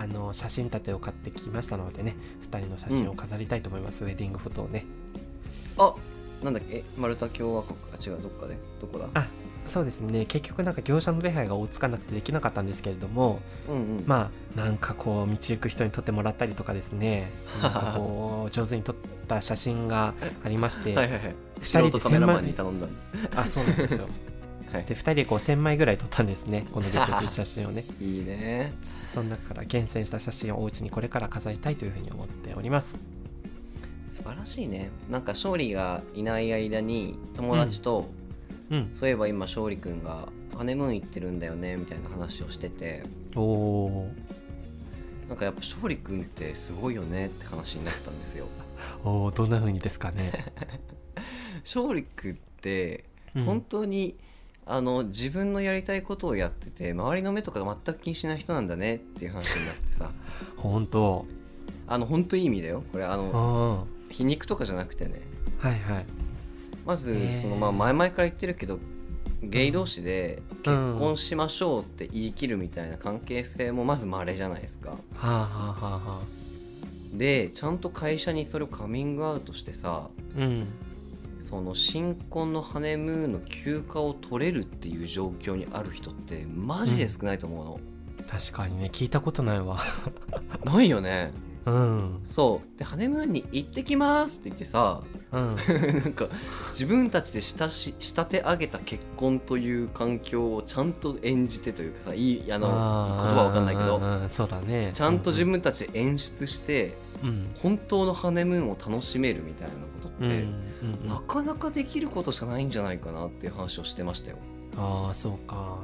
Speaker 1: あの写真立てを買ってきましたのでね2人の写真を飾りたいと思います、ウェディングフォトをね
Speaker 2: あなんだっけえマルタ共和国あ違うどっかでどこだ
Speaker 1: あそうですね結局なんか業者の手配が追いつかなくてできなかったんですけれども
Speaker 2: うんうん
Speaker 1: まあなんかこう道行く人に撮ってもらったりとかですねなんかこう上手に撮った写真がありまして、
Speaker 2: はいはいはい
Speaker 1: 人
Speaker 2: 素
Speaker 1: で
Speaker 2: 人カメラマンに頼んだ
Speaker 1: あそうなんですよ
Speaker 2: はい
Speaker 1: で2人でこう1000枚ぐらい撮ったんです ねこの旅行中写真をね
Speaker 2: いいね
Speaker 1: その中から厳選した写真をお家にこれから飾りたいというふうに思っております
Speaker 2: 素晴らしいねなんか勝利がいない間に友達と、
Speaker 1: うん
Speaker 2: そういえば今勝利くんがハネムーン行ってるんだよねみたいな話をしてて
Speaker 1: おおー
Speaker 2: なんかやっぱ勝利くんってすごいよねって話になったんですよ
Speaker 1: おおどんな風にですか ね。
Speaker 2: 勝利くんって
Speaker 1: うん
Speaker 2: 本当に、あの自分のやりたいことをやってて周りの目とか全く気にしない人なんだねっていう話になっ てさ
Speaker 1: 本当。
Speaker 2: あの本当いい意味だよこれあ
Speaker 1: う
Speaker 2: の
Speaker 1: ん。は
Speaker 2: 皮肉とかじゃなくてね
Speaker 1: いはい。
Speaker 2: まず
Speaker 1: へー
Speaker 2: その、まあ、前々から言ってるけどゲイ同士で結婚しましょうって言い切るみたいな関係性もまず稀じゃないですか。
Speaker 1: はあはあはあはあ。
Speaker 2: でちゃんと会社にそれをカミングアウトしてさ
Speaker 1: うん。
Speaker 2: その新婚のハネムーンの休暇を取れるっていう状況にある人ってマジで少ないと思うの、
Speaker 1: 確かにね聞いたことないわ
Speaker 2: ないよね
Speaker 1: うん
Speaker 2: そうでハネムーンに行ってきますって言ってさ
Speaker 1: うん
Speaker 2: なんか自分たちでしたし仕立て上げた結婚という環境をちゃんと演じてというかさいいあの言葉は分かんないけ
Speaker 1: う
Speaker 2: ど
Speaker 1: んうんそうだね
Speaker 2: ちゃんと自分たちで演出して
Speaker 1: うん
Speaker 2: 本当のハネムーンを楽しめるみたいなことって、
Speaker 1: うんうんうん
Speaker 2: なかなかできることしかないんじゃないかなっていう話をしてましたよ。
Speaker 1: ああそうか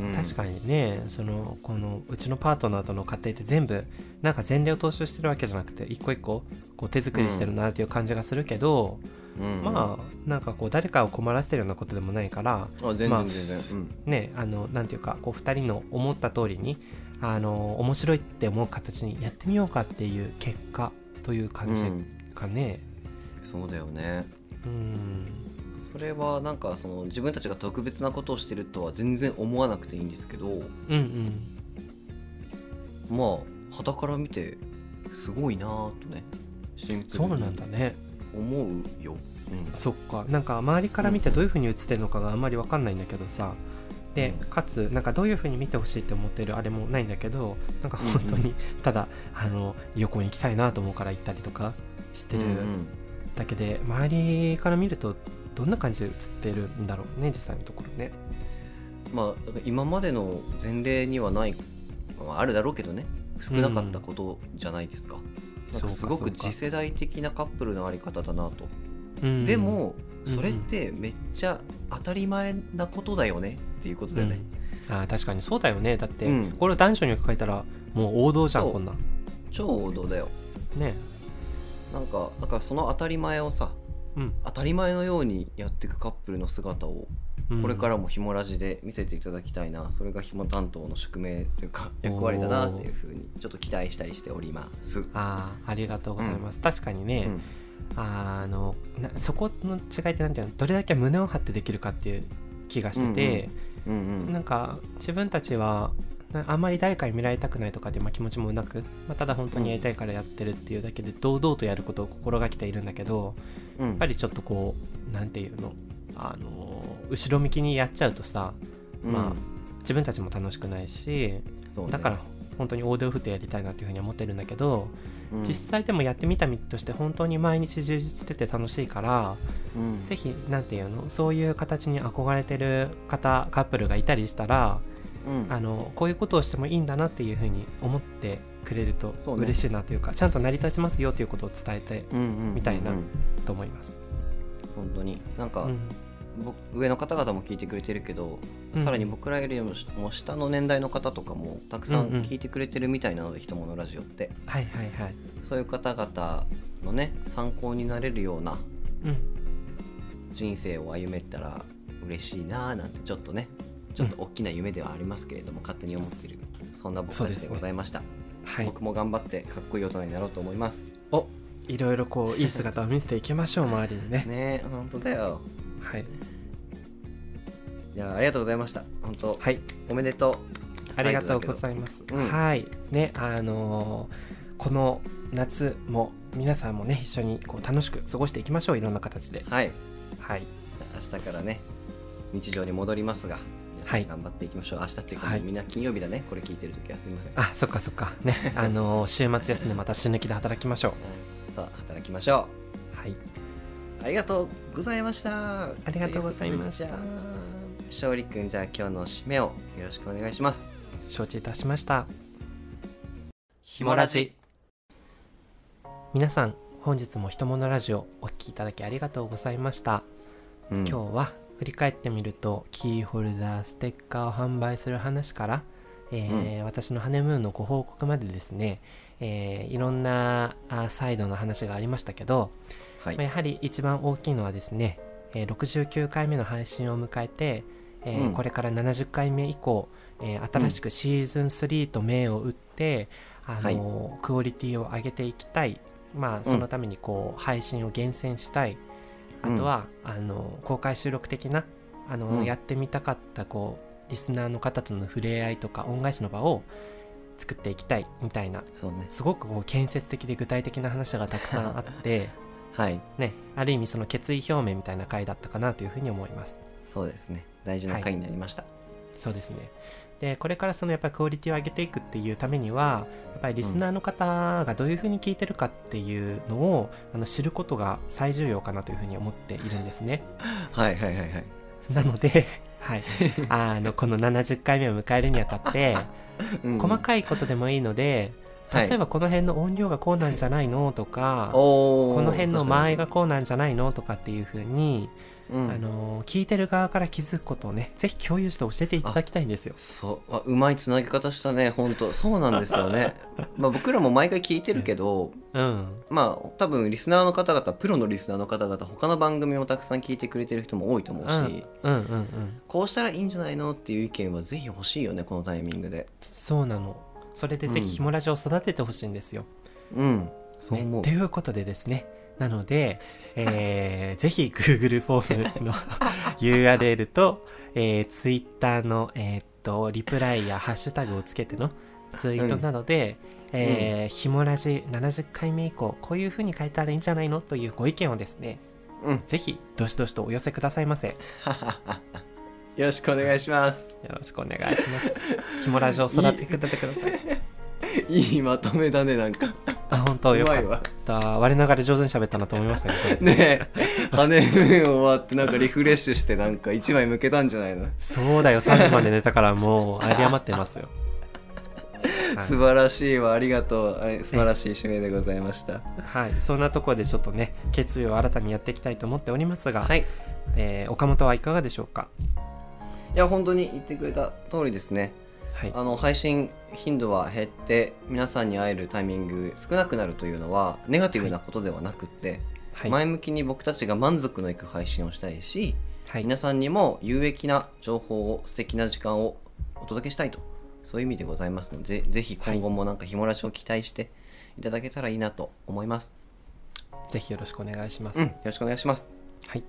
Speaker 2: うん
Speaker 1: 確かにねそのこのうちのパートナーとの家庭って全部なんか前例を踏襲してるわけじゃなくて一個一個こう手作りしてるなっていう感じがするけど、
Speaker 2: うん
Speaker 1: まあなんかこう誰かを困らせてるようなことでもないから
Speaker 2: あ全
Speaker 1: まあ
Speaker 2: 然全然、うん
Speaker 1: ねあのなんていうかこう2人の思った通りにあの面白いって思う形にやってみようかっていう結果という感じ
Speaker 2: うん
Speaker 1: かね。
Speaker 2: そうだよね
Speaker 1: うん
Speaker 2: それはなんかその自分たちが特別なことをしてるとは全然思わなくていいんですけど
Speaker 1: うんうん
Speaker 2: まあ傍から見てすごいなぁとねシンプ
Speaker 1: そう
Speaker 2: ル
Speaker 1: な
Speaker 2: に
Speaker 1: んだね
Speaker 2: 思うよ。うん
Speaker 1: そっかなんか周りから見てどういう風に映ってるのかがあんまり分かんないんだけどさで
Speaker 2: うん
Speaker 1: かつなんかどういう風に見てほしいって思ってるあれもないんだけどなんか本当にただあの旅行に行きたいなと思うから行ったりとかしてる
Speaker 2: うんうん
Speaker 1: だけで周りから見るとどんな感じで映ってるんだろうね実際のところね。
Speaker 2: まあ、だから今までの前例にはない、まあ、あるだろうけどね少なかったことじゃないですか,、なんかすご
Speaker 1: そう
Speaker 2: く
Speaker 1: かそうか
Speaker 2: 次世代的なカップルのあり方だなと、
Speaker 1: うん
Speaker 2: でも
Speaker 1: うん
Speaker 2: それってめっちゃ当たり前なことだよねっていうことだよね、
Speaker 1: うんあー確かにそうだよねだって、
Speaker 2: うん
Speaker 1: これを男女に書いたらもう王道じゃん
Speaker 2: そう
Speaker 1: こんなん
Speaker 2: 超王道だよ
Speaker 1: ね
Speaker 2: なんかだからその当たり前をさ
Speaker 1: うん、
Speaker 2: 当たり前のようにやっていくカップルの姿を
Speaker 1: うん
Speaker 2: これからもひもラジで見せていただきたいな、それがひも担当の宿命というか役割だなっていうふうにちょっと期待したりしております。
Speaker 1: あーありがとうございます、確かにね、
Speaker 2: うん
Speaker 1: あのなそこの違いって何ていうのどれだけ胸を張ってできるかっていう気がしてて、
Speaker 2: うんうん
Speaker 1: なんか自分たちはなあんまり誰かに見られたくないとかっていう、まあ、気持ちもなく、まあ、ただ本当にやりたいからやってるっていうだけで堂々とやることを心がけているんだけど
Speaker 2: や
Speaker 1: やっぱりちょっとこう何ていうのあの後ろ向きにやっちゃうとさま自分たちも楽しくないし
Speaker 2: あ、そうね
Speaker 1: だから、本当に大手を振ってやりたいなっていうふうには思ってるんだけど、実際でもやってみた身として本当に毎日充実してて楽しいからぜひなんていうのそういう形に憧れてる方カップルがいたりしたらあ
Speaker 2: あの
Speaker 1: のこういうことをしてもいいんだなっていうふうに思ってくれると
Speaker 2: そうね
Speaker 1: 嬉しいなというかちゃんと成り立ちますよということを伝えてみたいなと思います。
Speaker 2: 本当になんか、
Speaker 1: うん
Speaker 2: 僕上の方々も聞いてくれてるけど、
Speaker 1: うん
Speaker 2: さらに僕らよりもも下の年代の方とかもたくさん聞いてくれてるみたいなので「ひとものラジオ」って
Speaker 1: はいはいはい。
Speaker 2: そういう方々のね参考になれるような
Speaker 1: うん、
Speaker 2: 人生を歩めたら嬉しいなーなんてちょっとねちょっと大きな夢ではありますけれども、勝手に思っているそんな僕
Speaker 1: そう
Speaker 2: た
Speaker 1: で
Speaker 2: ち
Speaker 1: す
Speaker 2: で
Speaker 1: ね
Speaker 2: ございました、
Speaker 1: はい、
Speaker 2: 僕も頑張ってかっこいい大人になろうと思います
Speaker 1: おいろいろこういい姿を見せていきましょう周りにね。
Speaker 2: ねえ本当だよ
Speaker 1: はい、
Speaker 2: じゃあありがとうございました本当、
Speaker 1: はい、
Speaker 2: おめでとう
Speaker 1: ありがとうござ
Speaker 2: い
Speaker 1: います。
Speaker 2: うん
Speaker 1: はいねあのーこの夏も皆さんもね一緒にこう楽しく過ごしていきましょういろんな形で。
Speaker 2: はい
Speaker 1: はい
Speaker 2: 明日からね日常に戻りますが皆さ
Speaker 1: は
Speaker 2: ん
Speaker 1: い
Speaker 2: 頑張っていきましょう、明日っていうか、
Speaker 1: はい
Speaker 2: みんな金曜日だねこれ聞いてる時はすいません、
Speaker 1: あそっかそっかねあの週末休んでまた死ぬ気で働きましょ
Speaker 2: さあ働きましょ
Speaker 1: うはいう
Speaker 2: ありがとうございましたあ
Speaker 1: りがとうございました
Speaker 2: 勝利くんじゃあ今日の締めをよろしくお願いします
Speaker 1: 承知いたしました
Speaker 2: ひ
Speaker 1: もラジ皆さん本日も「ひとものラジオ」お聴きいただきありがとうございました、
Speaker 2: 今
Speaker 1: 今日は振り返ってみるとキーホルダーステッカーを販売する話から、えー私のハネムーンのご報告までですね、えーいろんなあサイドの話がありましたけど、
Speaker 2: はい
Speaker 1: まあ、やはり一番大きいのはですね、えー69回目の配信を迎えて、えー
Speaker 2: うん
Speaker 1: これから70回目以降、えー新しくシーズン3と銘を打って、あのークオリティを上げていきたい、まあ、そのためにこう配信を厳選したい、
Speaker 2: うん
Speaker 1: あとはあのー公開収録的なあのー、
Speaker 2: うん
Speaker 1: やってみたかったこうリスナーの方との触れ合いとか恩返しの場を作っていきたいみたいな
Speaker 2: そうね
Speaker 1: すごくこう建設的で具体的な話がたくさんあって
Speaker 2: はい
Speaker 1: ね、ある意味その決意表明みたいな回だったかなというふうに思います。
Speaker 2: そうですね大事な回になりました、
Speaker 1: そうですねでこれからそのやっぱりクオリティを上げていくっていうためにはやっぱりリスナーの方がどういうふうに聞いてるかっていうのを、あの知ることが最重要かなというふうに思っているんですね。
Speaker 2: はい、はいはいはいはい
Speaker 1: なので、 はい、あのこの70回目を迎えるにあたって細
Speaker 2: い、
Speaker 1: かいことでもいいので例えばこの辺の音量がこうなんじゃないのとか、
Speaker 2: おー
Speaker 1: この辺の間合いが
Speaker 2: 確
Speaker 1: こうなんじゃないのとかっていうふうに、
Speaker 2: かにうん
Speaker 1: あの聞いてる側から気づくことをねぜひ共有して教えていただきたいんですよ。
Speaker 2: そうあうまいつなぎ方したね本当そうなんですよ ねまあ僕らも毎回聞いてるけど
Speaker 1: うん、
Speaker 2: まあ多分リスナーの方々プロのリスナーの方々他の番組もたくさん聞いてくれてる人も多いと思うし、
Speaker 1: うんうんうん
Speaker 2: こうしたらいいんじゃないのっていう意見はぜひ欲しいよねこのタイミングで
Speaker 1: そうなのそれでぜひひもラジオを育ててほしいんですよ。
Speaker 2: うんそう思
Speaker 1: ね
Speaker 2: う、
Speaker 1: ということでですねなので、え ーぜひ Google フォームの URL と、えー Twitter の、えーっとリプライやハッシュタグをつけてのツイートなどで、えーひもラジ70回目以降こういう風に書いたらいいんじゃないのというご意見をですね
Speaker 2: うん
Speaker 1: ぜひどしどしとお寄せくださいませよ
Speaker 2: よろしくお願いします
Speaker 1: ろしくお願いしますひもラジを育ててください
Speaker 2: いいまとめだねなんか
Speaker 1: あ本当
Speaker 2: う
Speaker 1: よ
Speaker 2: ま
Speaker 1: かっ
Speaker 2: いわ
Speaker 1: た我ながら上手に喋ったなと思いましたけど
Speaker 2: ねえハネムーン終わってなんかリフレッシュしてなんか一枚向けたんじゃないの
Speaker 1: そうだよ3時まで寝たからもう有り余ってます よ、はい
Speaker 2: 素晴らしいわありがとうあれ素晴らしい指名でございました
Speaker 1: はい、そんなところでちょっとね決意を新たにやっていきたいと思っておりますが、
Speaker 2: はい
Speaker 1: えー岡本はいかがでしょうか
Speaker 2: いや本当に言ってくれた通りですね
Speaker 1: はい
Speaker 2: あの配信頻度は減って皆さんに会えるタイミング少なくなるというのはネガティブなことではなくって、
Speaker 1: はい
Speaker 2: 前向きに僕たちが満足のいく配信をしたいし、
Speaker 1: はい
Speaker 2: 皆さんにも有益な情報を素敵な時間をお届けしたいとそういう意味でございますのでぜぜひ今後もなんかひもらしを期待していただけたらいいなと思います、
Speaker 1: ぜひよろしくお願いします、
Speaker 2: うんよろしくお願いします
Speaker 1: はい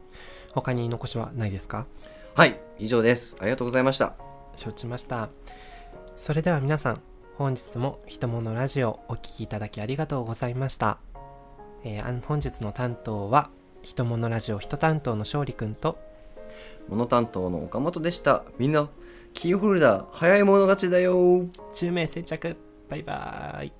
Speaker 1: 他に残しはないですか
Speaker 2: はい以上ですありがとうございました
Speaker 1: 承知しましたそれでは皆さん本日も「ひとものラジオ」お聴きいただきありがとうございました、えーあん本日の担当は「ひとものラジオ」一担当の勝利くんと
Speaker 2: 物担当の岡本でしたみんなキーホルダー早い者勝ちだよ
Speaker 1: 10名先着バイバーイ